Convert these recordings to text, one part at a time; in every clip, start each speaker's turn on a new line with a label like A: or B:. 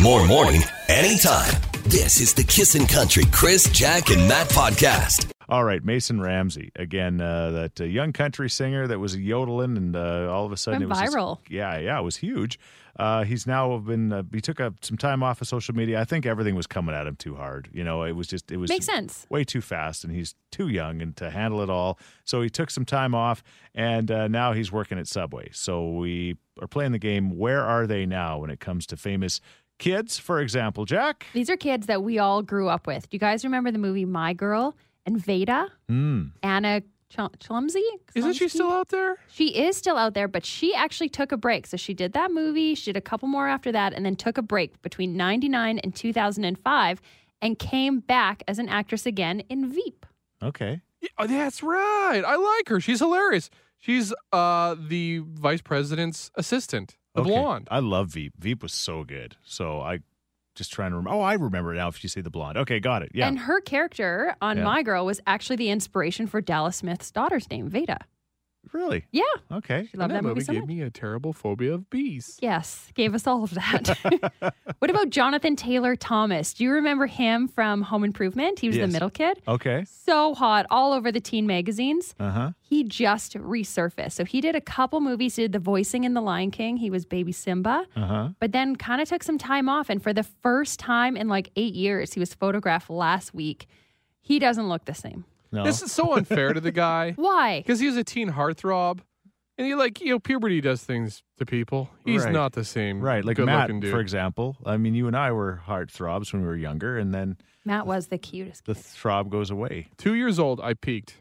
A: More morning, anytime. This is the Kissin' Country Chris, Jack, and Matt podcast.
B: All right, Mason Ramsey again. Uh, that uh, young country singer that was yodeling, and uh, all of a sudden
C: Went
B: it was this-
C: viral.
B: yeah, yeah, it was huge. Uh, he's now been. Uh, he took up some time off of social media. I think everything was coming at him too hard. You know, it was just it was
C: Makes sense.
B: way too fast, and he's too young and to handle it all. So he took some time off, and uh, now he's working at Subway. So we are playing the game. Where are they now when it comes to famous kids? For example, Jack.
C: These are kids that we all grew up with. Do you guys remember the movie My Girl and Veda?
B: Hmm.
C: Anna Chum- Chlumsy?
D: Isn't she
C: Chlumsky?
D: still out there?
C: She is still out there, but she actually took a break. So she did that movie, she did a couple more after that, and then took a break between 99 and 2005 and came back as an actress again in Veep.
B: Okay.
D: Yeah, oh, that's right. I like her. She's hilarious. She's uh the vice president's assistant, the
B: Okay.
D: blonde.
B: I love Veep. Veep was so good. So I just trying to remember. Oh, I remember now. If you say the blonde, okay, got it. Yeah.
C: And her character on
B: Yeah.
C: My Girl was actually the inspiration for Dallas Smith's daughter's name, Veda.
B: really?
C: Yeah.
B: Okay.
C: She loved
D: And
C: that, movie, so
D: gave
C: much.
D: me a terrible phobia of bees.
C: Yes, gave us all of that. what about Jonathan Taylor Thomas? Do you remember him from Home Improvement? He was
B: Yes.
C: the middle kid.
B: Okay.
C: So hot, all over the teen magazines.
B: Uh huh.
C: He just resurfaced. So he did a couple movies. He did the voicing in The Lion King. He was Baby Simba,
B: Uh huh.
C: but then kind of took some time off. And for the first time in like eight years, he was photographed last week. He doesn't look the same.
B: No.
D: This is so unfair to the guy
C: Why?
D: because he was a teen heartthrob, and he like you know puberty does things to people. He's
B: Right.
D: not the same.
B: right. Like
D: good
B: Matt,
D: looking dude.
B: for example. I mean, you and I were heartthrobs when we were younger, and then
C: Matt was the cutest.
B: the throb goes away.
D: Two years old, I peaked.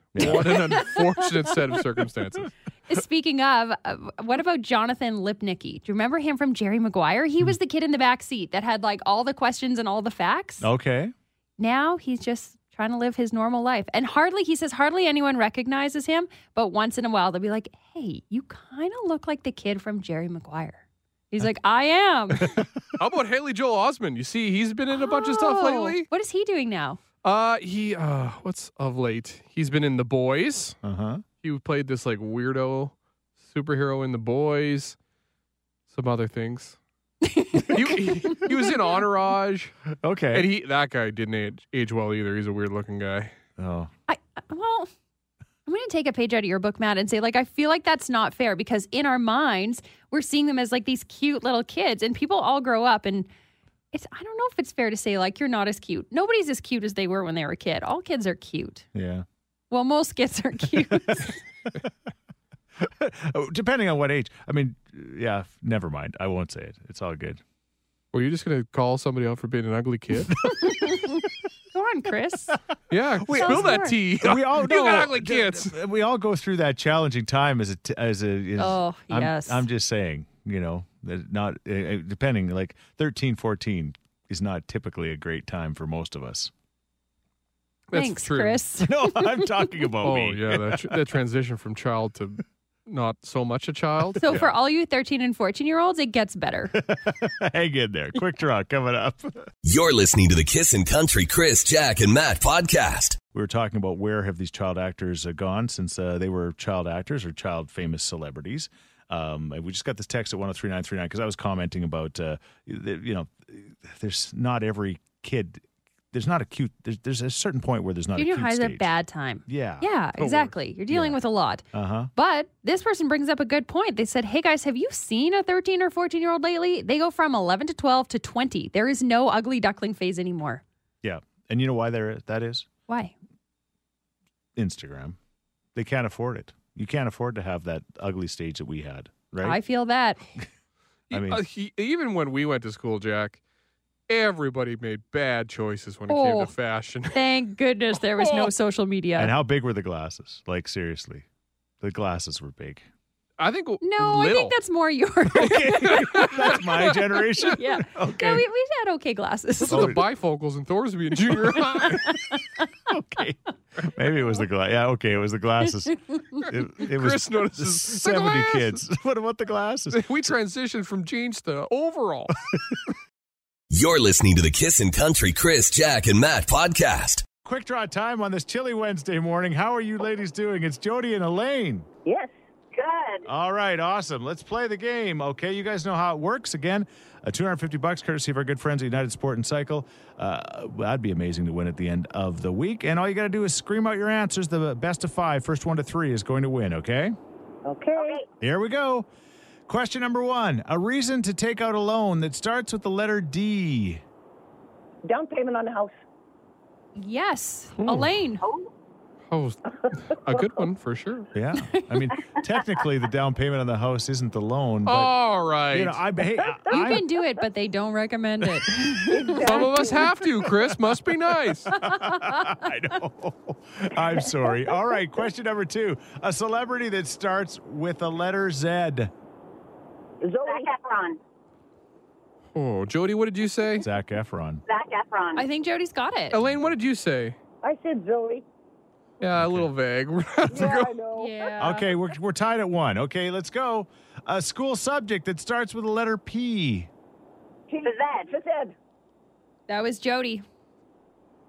D: What an unfortunate set of circumstances.
C: Speaking of, uh, what about Jonathan Lipnicki? Do you remember him from Jerry Maguire? He
D: Mm-hmm.
C: was the kid in the back seat that had like all the questions and all the facts.
B: Okay.
C: Now he's just trying to live his normal life. And hardly, he says, hardly anyone recognizes him, but once in a while they'll be like, hey, you kind of look like the kid from Jerry Maguire. He's like, I am.
D: How about Haley Joel Osment? You see, he's been in a bunch of stuff
C: Oh,
D: lately.
C: What is he doing now?
D: Uh, he uh, what's of late? He's been in The Boys.
B: Uh huh.
D: he played this like weirdo superhero in the boys some other things he, he, he was in entourage
B: Okay.
D: and he that guy didn't age, age well either he's a weird looking guy
B: oh.
C: I, well, I'm going to take a page out of your book, Matt, and say, like, I feel like that's not fair because in our minds, we're seeing them as like these cute little kids, and people all grow up. And it's, I don't know if it's fair to say, like, you're not as cute. Nobody's as cute as they were when they were a kid. All kids are cute.
B: Yeah.
C: Well, most kids are cute.
B: Oh, depending on what age. I mean, yeah. Never mind. I won't say it. It's all good.
D: were you just gonna call somebody out for being an ugly kid
C: Go on, Chris.
D: yeah spill
C: Sounds
D: that
C: smart.
D: tea
B: we all
D: you
B: know
D: got ugly
B: d-
D: kids
B: d- We all go through that challenging time as a t- as a. as-
C: Oh,
B: I'm,
C: yes.
B: I'm just saying, you know, that not uh, uh, depending like 13, 14 is not typically a great time for most of us.
D: That's
C: Thanks,
D: true.
C: Chris.
B: No, I'm talking about
D: oh
B: me.
D: yeah that, tr- that transition from child to not so much a child
C: So, for all you 13 and 14 year olds, it gets better.
B: Hang in there. Quick draw coming up.
A: You're listening to the Kissin' Country Chris, Jack, and Matt podcast.
B: We were talking about where have these child actors uh, gone since uh, they were child actors or child famous celebrities. Um, and we just got this text at 103939 because I was commenting about, uh, th- you know, there's not every kid, there's not a cute, there's, there's a certain point where there's not a
C: Junior
B: cute
C: high's a
B: stage.
C: bad time.
B: Yeah.
C: Yeah,
D: worry.
C: exactly. You're dealing with a lot.
B: Uh huh.
C: But this person brings up a good point. They said, Hey guys, have you seen a 13 or 14 year old lately? They go from 11 to 12 to 20. There is no ugly duckling phase anymore.
B: Yeah. And you know why there that is?
C: Why?
B: Instagram. They can't afford it. You can't afford to have that ugly stage that we had,
C: I
B: right?
C: feel that.
B: I
D: I
B: mean-
D: mean, E, uh, even when we went to school, Jack, everybody made bad choices when it
C: Oh.
D: came to fashion.
C: Thank goodness there was no social
B: And
C: media.
B: how big were the glasses? Like seriously. The glasses were big.
D: I think w-
C: No, I
D: little.
C: think that's more yours.
B: That's my generation.
C: yeah.
B: Okay. Oh,
C: No, we, we had okay glasses.
D: Those are the bifocals in Thorsby in junior high.
B: okay. Maybe it was the glass. Yeah, okay, it was the glasses. It, it was
D: Chris notices the
B: 70
D: glasses.
B: kids. What about the glasses?
D: we transitioned from jeans to overall.
A: You're listening to the Kissin' Country Chris, Jack, and Matt podcast.
B: Quick draw time on this chilly Wednesday morning. How are you ladies doing? It's Jody and Elaine.
E: Yes. Good.
B: All right, awesome. Let's play the game. Okay, you guys know how it works. Again, Uh, 250 bucks, courtesy of our good friends at United Sport and Cycle. Uh, that'd be amazing to win at the end of the week. And all you got to do is scream out your answers. The best of five, first one to three, is going to win, okay?
E: Okay.
B: Here we go. Question number one A reason to take out a loan that starts with the letter D.
E: Down payment on the house.
C: Yes,
B: Hmm.
C: Elaine.
D: Oh, a good one for sure.
B: Yeah. I mean, technically, the down payment on the house isn't the loan, but.
D: All right.
B: You know, I, hey, I,
C: You
B: I-
C: can do it, but they don't recommend it.
D: Some of us have to, Chris. Must be nice.
B: I know. I'm sorry. All right. Question number two. A celebrity that starts with a letter Z.
E: Zoe.
F: Zac Efron.
D: Oh, Jody, what did you say?
B: Zach Efron.
F: Zac Efron.
C: I think Jody's got it.
D: Elaine, what did you say?
E: I said Zoe.
D: Yeah, a little vague. We're gonna have to
E: Yeah,
D: go-
E: I know.
C: Yeah.
B: Okay. We're, we're tied at one. Okay. Let's go. A school subject that starts with a letter P.
F: Pizzazz.
E: Just Ed.
C: That was Jody.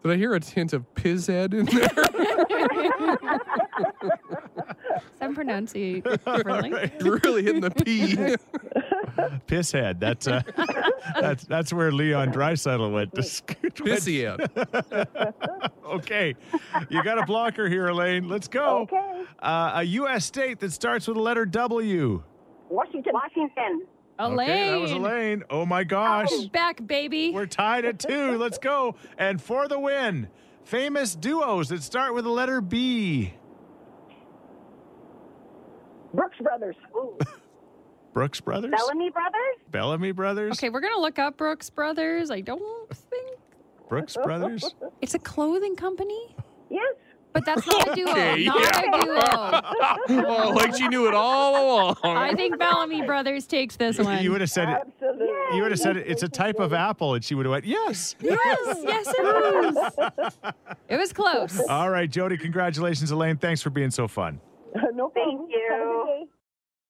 D: Did I hear a hint of piz head in there?
C: Some pronunciate differently.
D: really hitting the P.
B: Pisshead. That's, uh, that's, that's where Leon Drysaddle went. To scoot.
D: Pissy head.
B: okay. You got a blocker here, Elaine. Let's go.
E: Okay.
B: Uh, a U.S. state that starts with a letter W.
E: Washington.
F: Washington.
C: Elaine.
B: Okay, that was Elaine. Oh my gosh.
C: She's back, baby.
B: We're tied at two. Let's go. And for the win, famous duos that start with the letter B.
E: Brooks Brothers.
F: Ooh.
B: Brooks Brothers?
F: Bellamy Brothers.
B: Bellamy Brothers?
C: okay, we're gonna look up Brooks Brothers. I don't think
B: Brooks Brothers?
C: it's a clothing company,
E: Yes.
C: but that's not a duo.
D: Okay,
C: not
D: yeah.
C: a duo.
D: Oh, like she knew it all along.
C: I think Bellamy Brothers takes this one.
B: You would have said it.
E: Absolutely.
B: You would have said it- it's a type of apple, and she would have went, yes.
C: yes, yes, it was. It was close.
B: All right, Jody, congratulations, Elaine. Thanks for being so fun.
E: no problem.
F: Thank you.
E: Have a good day.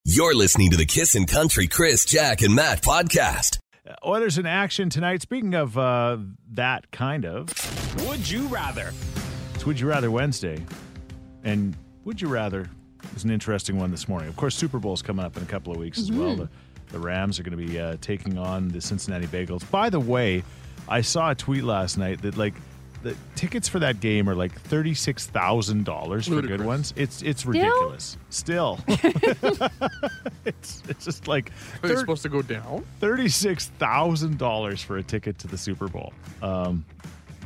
A: You're listening to the Kissin' Country Chris, Jack, and Matt podcast.
B: Uh, Oilers in action tonight. Speaking of uh, that kind of,
G: Would you rather?
B: it's Would You Rather Wednesday. And Would You Rather is an interesting one this morning. Of course, Super Bowl's coming up in a couple of weeks as well. The, the Rams are going to be uh, taking on the Cincinnati Bengals. By the way, I saw a tweet last night that, like, the tickets for that game are like thirty-six thousand dollars for good
D: Ludicrous.
B: ones. It's it's ridiculous. Still, it's it's just like
D: Are they
B: thir-
D: supposed to go down?
B: Thirty-six thousand dollars for a ticket to the Super Bowl. Um,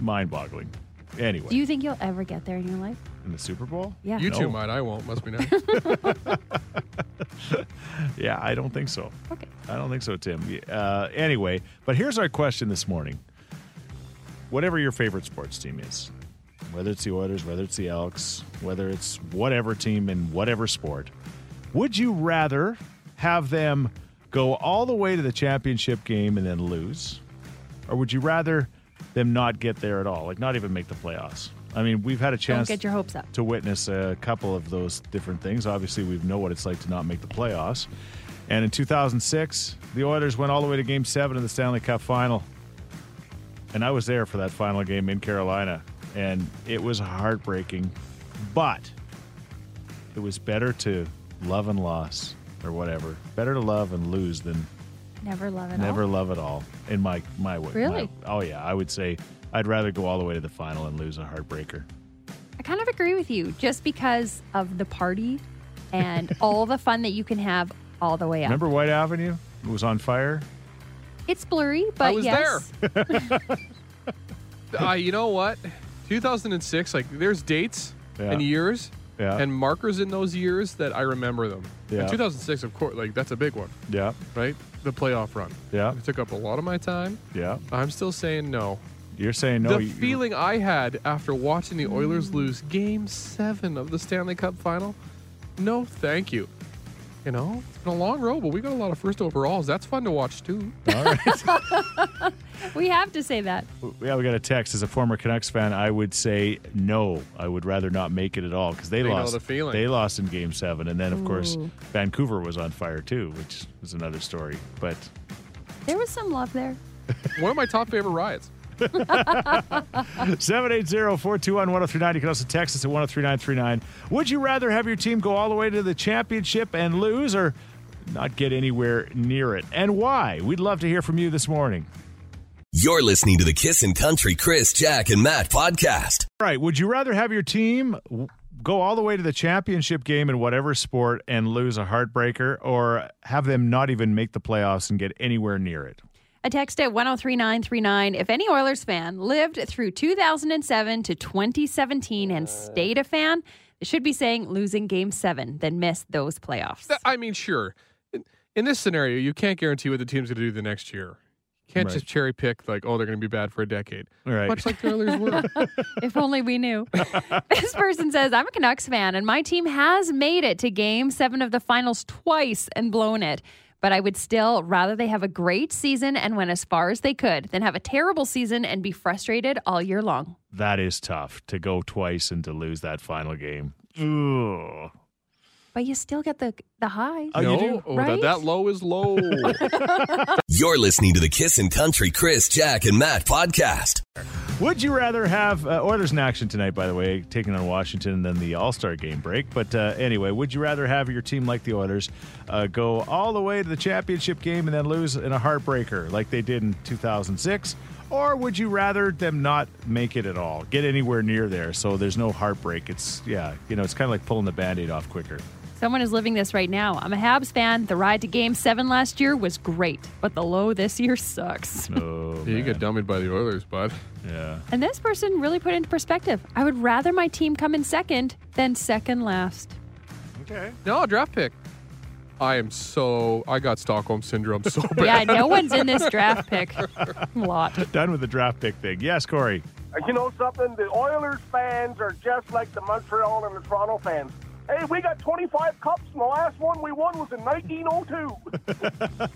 B: mind-boggling. Anyway,
C: Do you think you'll ever get there in your life?
B: in the Super Bowl?
C: Yeah.
D: You two
B: No.
D: might. I won't. Must be nice.
B: Yeah, I don't think so.
C: Okay.
B: I don't think so, Tim. Uh, anyway, but here's our question this morning. Whatever your favorite sports team is, whether it's the Oilers, whether it's the Elks, whether it's whatever team in whatever sport, would you rather have them go all the way to the championship game and then lose? Or would you rather them not get there at all, like not even make the playoffs? I mean, we've had a
C: Don't
B: chance
C: get your hopes up.
B: to witness a couple of those different things. Obviously, we know what it's like to not make the playoffs. And in 2006, the Oilers went all the way to Game Seven of the Stanley Cup Final, and I was there for that final game in Carolina, and it was heartbreaking, but it was better to love and loss or whatever. Better to love and lose than
C: Never love it.
B: never love at all in my my way.
C: Really?
B: my- oh yeah, I would say I'd rather go all the way to the final and lose a heartbreaker.
C: I kind of agree with you, just because of the party and all the fun that you can have all the way up.
B: Remember White Avenue? It was on fire.
C: It's blurry, but
D: was
C: yes.
D: uh, you know what? 2006. Like, there's dates
B: Yeah.
D: and years
B: Yeah.
D: and markers in those years that I remember them.
B: Yeah.
D: And 2006, of course, like that's a big one,
B: Yeah,
D: right? The playoff run.
B: yeah,
D: It took up a lot of my time.
B: yeah.
D: I'm still saying no.
B: You're saying no.
D: the
B: you-
D: feeling I had after watching the Oilers lose Game Seven of the Stanley Cup Final, no, thank you. You know, it's been a long road, but we got a lot of first overalls. That's fun to watch too.
B: All right.
C: We have to say that.
B: yeah, we got a text. As a former Canucks fan, I would say no. I would rather not make it at all because they,
D: They know
B: lost.
D: the feeling.
B: They lost in Game Seven, and then of course
C: Ooh.
B: Vancouver was on fire too, which is another story. But
C: There was some love there.
D: One of my top favorite riots.
B: 780-421-1039. You can also text us at 103939. Would you rather have your team go all the way to the championship and lose or not get anywhere near it. And why? We'd love to hear from you this morning.
A: You're listening to the Kissin' Country Chris, Jack, and Matt podcast.
B: All right. Would you rather have your team w- go all the way to the championship game in whatever sport and lose a heartbreaker, or have them not even make the playoffs and get anywhere near it?
C: A text at 103939. If any Oilers fan lived through 2007 to 2017 and stayed a fan, it should be saying losing game seven, then miss those playoffs.
D: Th- I mean, sure. In, in this scenario, you can't guarantee what the team's going to do the next year. You can't
B: Right.
D: just cherry pick like, oh, they're going to be bad for a decade.
B: All right.
D: Much like the Oilers were.
C: if only we knew. this person says, I'm a Canucks fan, and my team has made it to game seven of the finals twice and blown it. But I would still rather they have a great season and went as far as they could than have a terrible season and be frustrated all year long.
B: That is tough to go twice and to lose that final game. Ugh.
C: But you still get the the high.
B: Oh, you do?
D: Oh,
C: Right?
D: that, that low is low.
A: You're listening to the Kissin' Country Chris, Jack, and Matt podcast.
B: Would you rather have uh, Oilers in action tonight? By the way, taking on Washington and then the All Star game break. But uh, anyway, would you rather have your team like the Oilers uh, go all the way to the championship game and then lose in a heartbreaker like they did in 2006, or would you rather them not make it at all, get anywhere near there, so there's no heartbreak? It's yeah, you know, it's kind of like pulling the Band-Aid off quicker.
C: Someone is living this right now. I'm a Habs fan. The ride to game seven last year was great, but the low this year sucks.
B: Oh,
D: you get dummied by the Oilers, bud.
B: yeah.
C: And this person really put into perspective. I would rather my team come in second than second last.
B: Okay.
D: No, draft pick. I am so. I got Stockholm syndrome so bad.
C: Yeah, no one's in this draft pick lot.
B: Done with the draft pick thing. Yes, Corey.
G: You know something? The Oilers fans are just like the Montreal and the Toronto fans. Hey, we got 25 cups, and the last one we won was in 1902.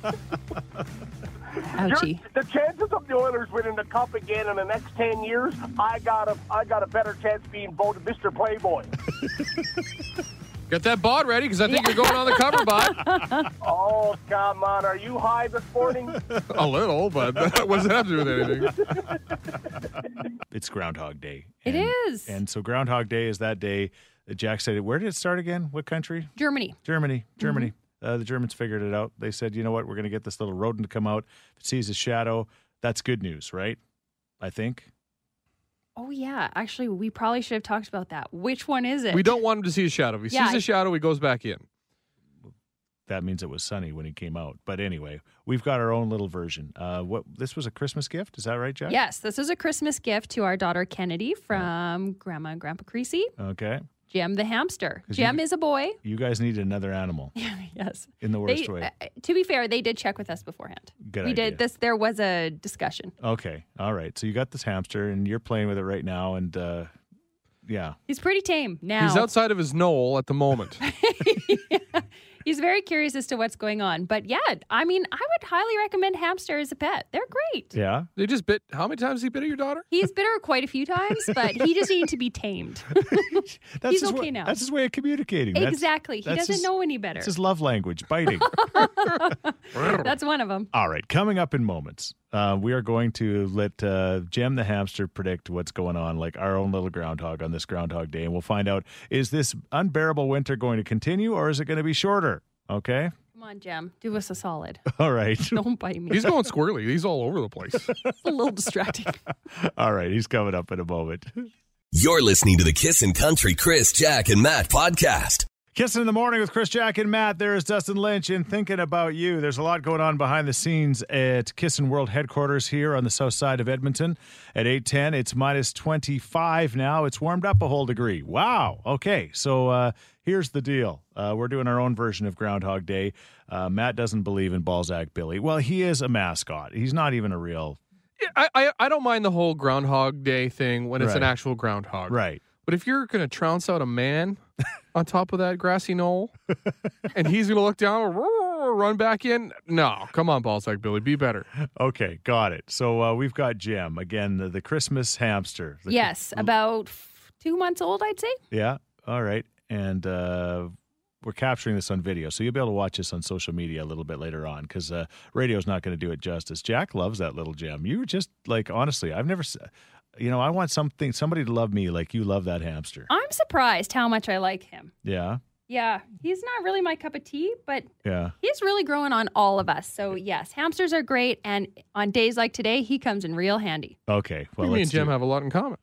C: Ouchie.
G: You're- The chances of the Oilers winning the cup again in the next 10 years, I got a, I got a better chance being voted Mr. Playboy.
D: Get that bod ready because I think you're going on the cover, bod.
G: oh, come on. Are you high this morning?
D: A little, but that doesn't have to do with anything.
B: it's Groundhog Day.
C: It
B: It
C: is.
B: is, And so Groundhog Day is that day that Jack said it. Where did it start again? What country?
C: Germany.
B: Germany. Germany. Uh, the Germans figured it out. They said, you know what? We're going to get this little rodent to come out. If it sees a shadow, that's good news, right? I think.
C: Oh yeah. Actually, we probably should have talked about that. Which one is it?
D: We don't want him to see a shadow. If he
C: Yeah,
D: sees
C: I-
D: a shadow, he goes back in.
B: That means it was sunny when he came out. But anyway, we've got our own little version. Uh, what this was a Christmas gift, is that right, Jack?
C: Yes, this is a Christmas gift to our daughter Kennedy from Grandma and Grandpa Creasy.
B: Okay.
C: Jem the hamster.
B: 'Cause you-
C: Jem is a boy.
B: You guys need another animal
C: yes.
B: in the worst
C: They,
B: way.
C: uh, to be fair, they did check with us beforehand.
B: Good
C: we
B: idea.
C: did this. There was a discussion.
B: Okay. All right. So you got this hamster and you're playing with it right now, and uh, yeah.
C: He's pretty tame now.
D: He's outside of his knoll at the moment.
C: He's very curious as to what's going on. But yeah, I mean, I would highly recommend hamster as a pet. They're great.
B: Yeah.
D: they just bit. How many times has he bit at your daughter?
C: He's bit her quite a few times, but he just needs to be tamed.
B: That's
C: He's
B: his
C: okay
B: way,
C: now.
B: That's his way of communicating. That's-
C: exactly. He
B: that's
C: doesn't
B: his-
C: know any better.
B: That's his love language, biting.
C: That's one of them.
B: All right, coming up in moments, uh, we are going to let uh, Jem the hamster predict what's going on, like our own little groundhog on this Groundhog Day, and we'll find out is this unbearable winter going to continue or is it going to be shorter? Okay.
C: Come on, Jem. Do us a solid.
B: All right.
C: Don't bite me.
D: He's going squirrely. He's all over the place.
C: It's a little distracting.
B: All right. He's coming up in a moment.
A: You're listening to the Kissin' Country Chris, Jack, and Matt podcast.
B: Kissing in the morning with Chris Jack and Matt. There is Dustin Lynch and thinking about you. There's a lot going on behind the scenes at Kissin World headquarters here on the south side of Edmonton at 810. It's minus 25 now. It's warmed up a whole degree. Wow. Okay. So uh, here's the deal. Uh, we're doing our own version of Groundhog Day. Uh, Matt doesn't believe in Balzac Billy. Well, he is a mascot. He's not even a real.
D: Yeah, I, I I don't mind the whole Groundhog Day thing when it's an
B: Right.
D: actual groundhog.
B: Right.
D: But if you're gonna trounce out a man on top of that grassy knoll, and he's gonna look down, roar, run back in, no, come on, Balzac Billy, be better.
B: Okay. Got it. So uh, we've got Jim, again, the, the Christmas hamster. The-
C: yes, about f- two months old, I'd say.
B: Yeah. All right. And uh, we're capturing this on video, so you'll be able to watch this on social media a little bit later on because uh, radio's not going to do it justice. Jack loves that little gem. You were just like, honestly, I've never, s- you know, I want something, somebody to love me like you love that hamster.
C: I'm surprised how much I like him.
B: Yeah.
C: Yeah, he's not really my cup of tea, but
B: Yeah.
C: he's really growing on all of us. So yes, hamsters are great, and on days like today, he comes in real handy.
B: Okay. Well,
D: Me
B: let's
D: and Jim
B: do-
D: have a lot in common.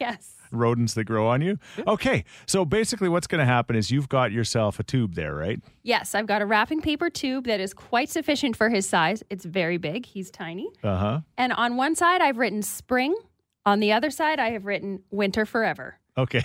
C: yes.
B: rodents that grow on you. Okay. So basically, what's going to happen is you've got yourself a tube there, right?
C: Yes, I've got a wrapping paper tube that is quite sufficient for his size. It's very big. He's tiny.
B: Uh huh.
C: And on one side, I've written spring. On the other side, I have written winter forever.
B: Okay.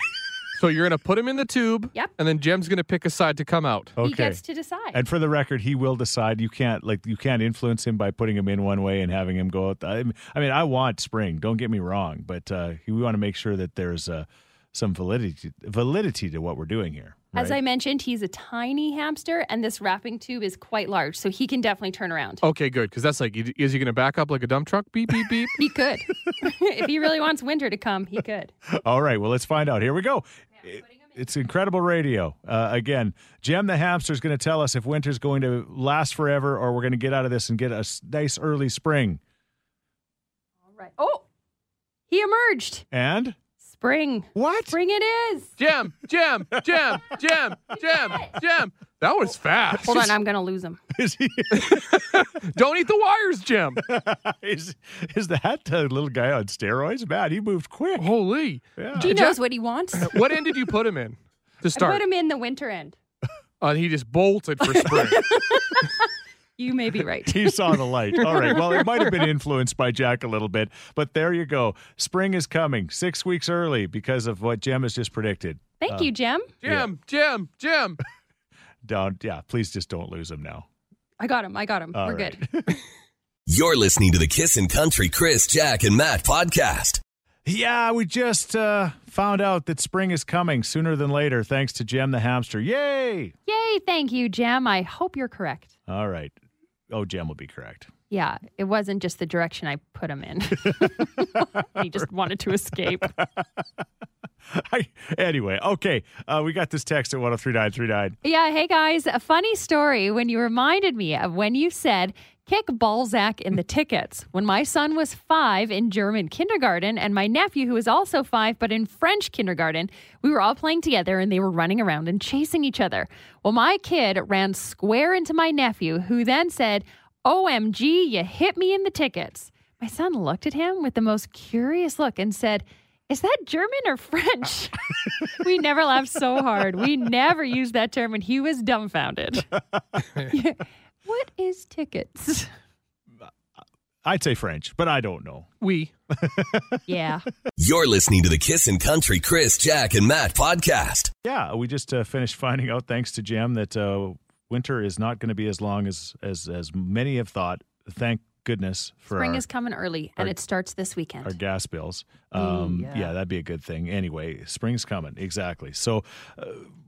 D: So you're going to put him in the tube.
C: Yep.
D: And then Jim's going to pick a side to come out.
B: Okay.
C: He gets to decide.
B: and for the record, he will decide. You can't like you can't influence him by putting him in one way and having him go out. The, I mean- I mean, I want spring. Don't get me wrong, but uh, we want to make sure that there's uh, some validity validity to what we're doing here.
C: As I
B: right?
C: mentioned, he's a tiny hamster, and this wrapping tube is quite large, so he can definitely turn around.
B: Oh.
D: Okay, good. Because that's like, is he going to back up like a dump truck? Beep, beep, beep.
C: He could. if he really wants winter to come, he could.
B: All right. Well, let's find out. Here we go. It's incredible radio. Uh, again, Jem the hamster is going to tell us if winter's going to last forever or we're going to get out of this and get a s- nice early spring.
C: All right. Oh, he emerged.
B: And
C: Spring.
B: what?
C: Spring it is.
D: Jim, Jim, Jim, Jim, Jim, Jim. That was fast.
C: Hold on, I'm going to lose him.
B: Is he?
D: Don't eat the wires, Jim.
B: Is, is that uh, little guy on steroids? Man, he moved quick.
D: Holy.
B: Yeah.
C: He knows what he wants.
D: What end did you put him in to
C: I
D: start?
C: put him in the winter end.
D: Uh, he just bolted for spring.
C: You may be right.
B: He saw the light. All right. Well, it might have been influenced by Jack a little bit, but there you go. Spring is coming six weeks early because of what Jem has just predicted.
C: Thank you, Jem.
D: Jim, Jim, Jim.
B: Don't, yeah, please just don't lose him now.
C: I got him. I got him.
B: All
C: We're
B: right.
C: good.
A: You're listening to the Kissin' Country Chris, Jack, and Matt podcast.
B: Yeah, we just uh, found out that spring is coming sooner than later, thanks to Jem the hamster. Yay!
C: Yay. Thank you, Jem. I hope you're correct.
B: All right. Oh, Jem will be correct.
C: Yeah, it wasn't just the direction I put him in. he just wanted to escape.
B: I, anyway, okay. Uh, we got this text at 103939.
C: Yeah, hey guys, a funny story when you reminded me of when you said kick Balzac in the tickets. When my son was five in German kindergarten and my nephew, who is also five but in French kindergarten, we were all playing together and they were running around and chasing each other. Well, my kid ran square into my nephew, who then said, OMG, you hit me in the tickets. My son looked at him with the most curious look and said, Is that German or French? we never laughed so hard. We never used that term, and he was dumbfounded. Yeah. What is tickets?
B: I'd say French, but I don't know.
D: We.
C: Yeah.
A: You're listening to the Kissin' Country Chris, Jack, and Matt podcast.
B: Yeah, we just uh, finished finding out, thanks to Jem, that uh, winter is not going to be as long as, as, as many have thought. Thank goodness for
C: Spring
B: our-
C: is coming early, and
B: our-
C: it starts this
B: our
C: weekend.
B: gas bills. Um, yeah.
C: yeah.
B: that'd be a good thing. Anyway, spring's coming. Exactly. So, uh,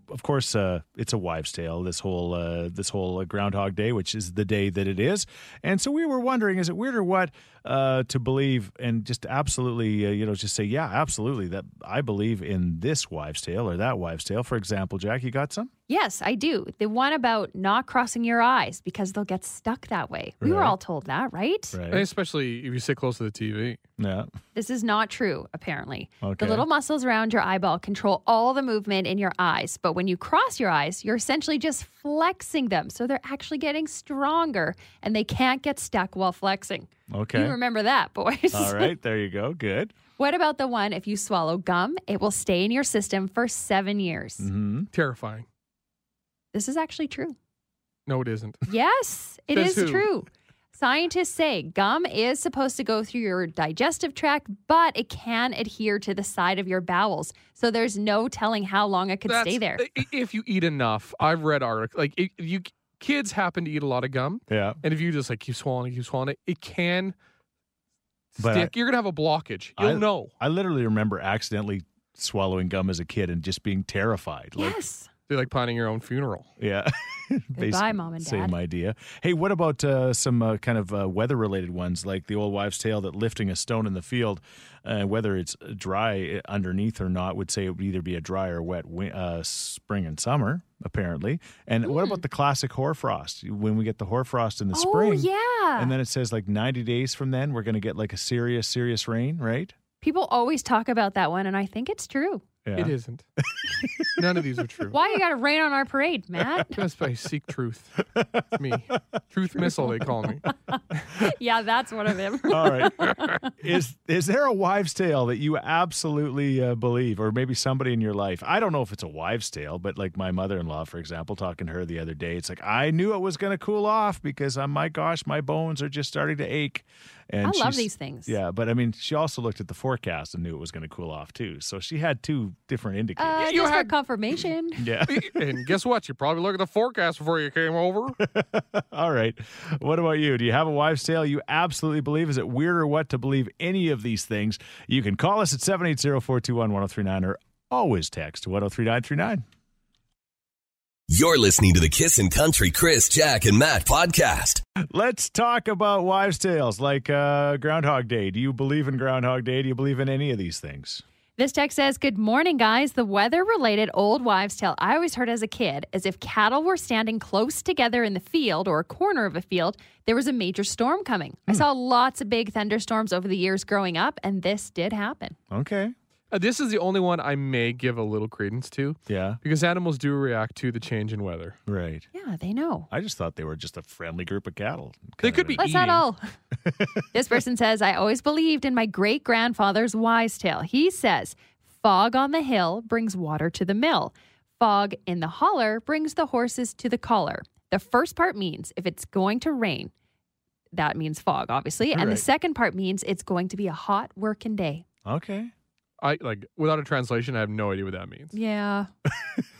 B: of course, uh, it's a wives' tale. This whole uh, this whole uh, Groundhog Day, which is the day that it is, and so we were wondering, is it weird or what uh, to believe and just absolutely, uh, you know, just say, yeah, absolutely, that I believe in this wives' tale or that wives' tale. For example, Jack, you got some?
C: Yes, I do. The one about not crossing your eyes because they'll get stuck that way. We were
B: Right.
C: all told that, right?
B: Right.
D: Especially if you sit close to the TV.
B: Yeah.
C: This is not true, apparently.
B: Okay.
C: The little muscles around your eyeball control all the movement in your eyes, but when you cross your eyes, you're essentially just flexing them. So they're actually getting stronger and they can't get stuck while flexing.
B: Okay.
C: You remember that, boys.
B: All right. There you go. Good.
C: What about the one if you swallow gum, it will stay in your system for seven years?
D: Mm-hmm.
B: hmm
D: Terrifying.
C: This is actually true.
D: No, it isn't.
C: Yes, it is
D: Says who?
C: true. Scientists say gum is supposed to go through your digestive tract, but it can adhere to the side of your bowels. So there's no telling how long it could stay there.
D: That's- i- If you eat enough, I've read articles. Like, if you kids happen to eat a lot of gum,
B: Yeah.
D: and if you just like keep swallowing, it, keep swallowing it, it can
B: But I-
D: stick. You're gonna have a blockage. You'll
B: I-
D: know.
B: I literally remember accidentally swallowing gum as a kid and just being terrified. Like,
C: yes.
D: You're like planning your own funeral.
B: yeah. Basically,
C: Mom and
B: Same
C: Dad.
B: idea. Hey, what about uh, some uh, kind of uh, weather related ones like the old wives' tale that lifting a stone in the field, uh, whether it's dry uh, underneath or not, would say it would either be a dry or wet win- uh, spring and summer, apparently. And what
C: Hmm.
B: about the classic hoarfrost? When we get the hoarfrost in the
C: oh,
B: spring.
C: yeah.
B: And then it says like 90 days from then, we're going to get like a serious, serious rain, right?
C: People always talk about that one, and I think it's true.
B: Yeah.
D: It isn't. None of these are true.
C: Why you got to rain on our parade, Matt?
D: Just by seek truth. It's me. Truth missile, they call me.
C: yeah, that's one of them.
B: All right. is is there a wives' tale that you absolutely uh, believe, or maybe somebody in your life? I don't know if it's a wives' tale, but like my mother-in-law, for example, talking to her the other day, it's like I knew it was going to cool off because, uh, my gosh, my bones are just starting to ache. And
C: I love
B: she's-
C: these things.
B: Yeah, but I mean, she also looked at the forecast and knew it was going to cool off too. So she had two different indicators.
C: Uh,
D: You
C: just for
D: had-
C: confirmation.
B: yeah.
D: And guess what? You probably look at the forecast before you came over.
B: All right. What about you? Do you have a wives' tale you absolutely believe? Is it weird or what to believe any of these things? You can call us at 780 421 1039 or always text 103939.
A: You're listening to the Kissin' Country Chris, Jack, and Matt podcast.
B: Let's talk about wives' tales like uh, Groundhog Day. Do you believe in Groundhog Day? Do you believe in any of these things?
C: This text says, Good morning, guys. The weather related old wives' tale I always heard as a kid is if cattle were standing close together in the field or a corner of a field, there was a major storm coming. I saw lots of big thunderstorms over the years growing up, and this did happen.
B: Okay.
D: Uh, this is the only one I may give a little credence to
B: Yeah.
D: because animals do react to the change in weather.
B: Right.
C: Yeah, they know.
B: I just thought they were just a friendly group of cattle.
D: They could be
C: That's not all. this person says, I always believed in my great grandfather's wise tale. He says, Fog on the hill brings water to the mill. Fog in the holler brings the horses to the collar. The first part means if it's going to rain, that means fog, obviously. And the
D: Right.
C: second part means it's going to be a hot working day.
B: Okay.
D: I like without a translation, I have no idea what that means.
C: Yeah.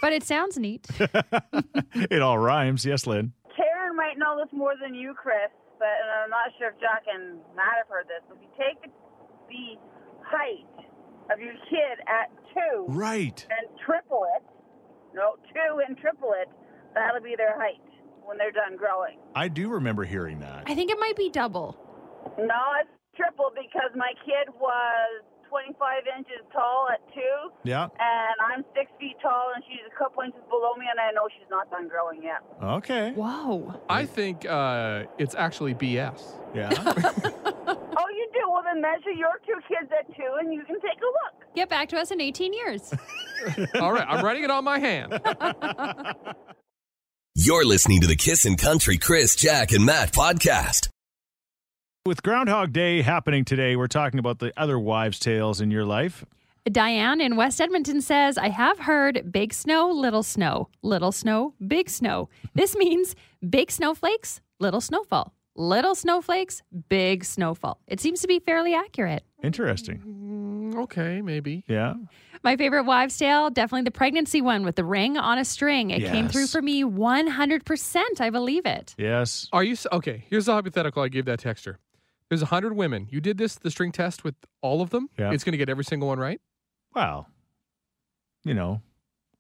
C: but it sounds neat.
B: it all rhymes. Yes, Lynn.
F: Karen might know this more than you, Chris, but and I'm not sure if Jack and Matt have heard this. If you take the, the height of your kid at two
B: Right.
F: and triple it, no, two and triple it, that'll be their height when they're done growing.
B: I do remember hearing that.
C: I think it might be double.
F: No, it's triple because my kid was 25 inches tall at two,
B: Yeah.
F: and I'm six feet tall, and she's a couple inches below me, and I know she's not done growing yet.
B: Okay.
C: Whoa.
D: I think uh, it's actually BS.
B: Yeah.
F: Oh, you do? Well, then measure your two kids at two, and you can take a look.
C: Get back to us in 18 years.
D: All right, I'm writing it on my hand.
A: You're listening to the Kissin' Country Chris, Jack, and Matt podcast.
B: With Groundhog Day happening today, we're talking about the other wives' tales in your life.
C: Diane in West Edmonton says, I have heard big snow, little snow, little snow, big snow. This means big snowflakes, little snowfall, little snowflakes, big snowfall. It seems to be fairly accurate.
B: Interesting.
D: Mm, okay, maybe.
B: Yeah.
C: My favorite wives' tale, definitely the pregnancy one with the ring on a string. It came
B: Yes.
C: through for me 100%. I believe it.
B: Yes.
D: Are you s- okay? Here's the hypothetical I gave that texture. There's 100 women. You did this, the string test with all of them.
B: Yeah.
D: It's going to get every single one right.
B: Well, you know,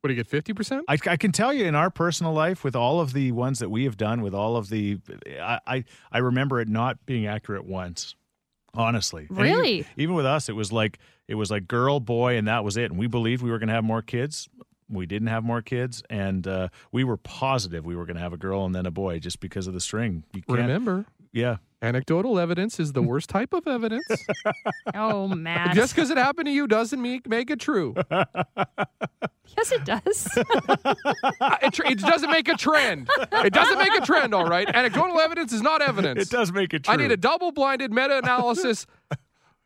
D: What do you get? 50%?
B: I, I can tell you in our personal life with all of the ones that we have done, with all of the, I I, I remember it not being accurate once. Honestly, And even-
C: Really?
B: even, with us, it was like it was like girl, boy, and that was it. And we believed we were going to have more kids. We didn't have more kids, and uh, we were positive we were going to have a girl and then a boy just because of the string. You can't,
D: Remember,
B: yeah,
D: anecdotal evidence is the worst type of evidence.
C: Oh, man.
D: Just because it happened to you doesn't make, make it true.
C: yes, it does.
D: Uh, It, tr- it doesn't make a trend. It doesn't make a trend, all right? Anecdotal evidence is not evidence.
B: it does make it true.
D: I need a double blinded meta analysis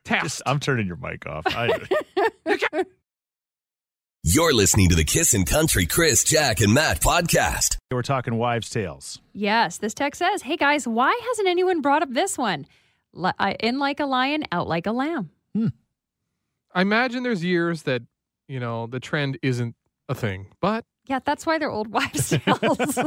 D: test.
B: I'm turning your mic off. I,
A: You're listening to the Kissin' Country Chris, Jack, and Matt podcast.
B: we're talking wives' tales.
C: Yes, this text says, "Hey guys, why hasn't anyone brought up this one? Li- I- In like a lion, out like a lamb."
D: I imagine there's years that, you know, the trend isn't a thing, but
C: Yeah, that's why they're old wives' tales.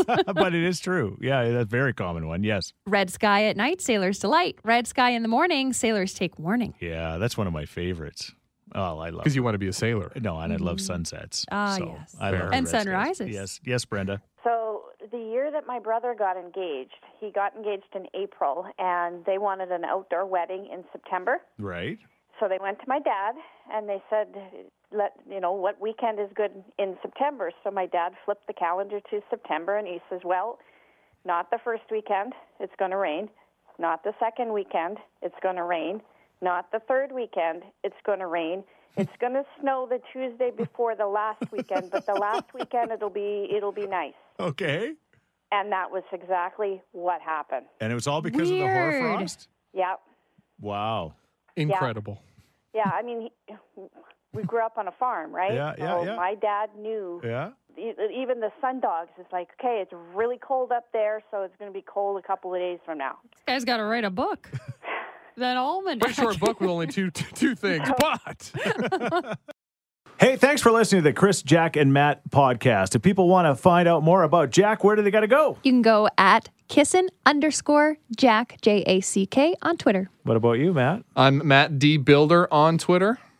B: but it is true. Yeah, that's a very common one. Yes.
C: Red sky at night, sailors delight. Red sky in the morning, sailors take warning.
B: Yeah, that's one of my favorites. Oh, I love
D: because you want to be a sailor.
B: No, and I love sunsets.
C: Ah,
B: so
C: yes.
B: I
D: Fair.
B: love the
C: And
B: red skies.
C: sunrises.
B: Yes. Yes, Brenda.
H: So the year that my brother got engaged, he got engaged in April, and they wanted an outdoor wedding in September.
B: Right.
H: So they went to my dad, and they said, "Let you know what weekend is good in September." So my dad flipped the calendar to September, and he says, "Well, not the first weekend, it's going to rain. Not the second weekend, it's going to rain. not the third weekend. It's going to rain. It's going to snow the Tuesday before the last weekend, but the last weekend it'll be it'll be nice.
B: Okay.
H: And that was exactly what happened.
B: And it was all because of the hoar
C: Weird.
B: frost?
H: Yep.
B: Wow.
D: Incredible.
H: Yeah, I mean, he, we grew up on a farm, right?
B: Yeah, yeah,
H: so
B: yeah.
H: my dad knew.
B: Yeah.
H: e- Even the sun dogs is like, okay, it's really cold up there, so it's going to be cold a couple of days from now.
C: This guy's got to write a book. that almanac.
D: Pretty short book with only two two, two things, but
B: Hey, thanks for listening to the Chris, Jack, and Matt podcast. If people want to find out more about Jack, where do they got to go?
C: You can go at kissin underscore Jack, J A C K, on Twitter.
B: What about you, Matt?
D: I'm Matt D Builder on Twitter.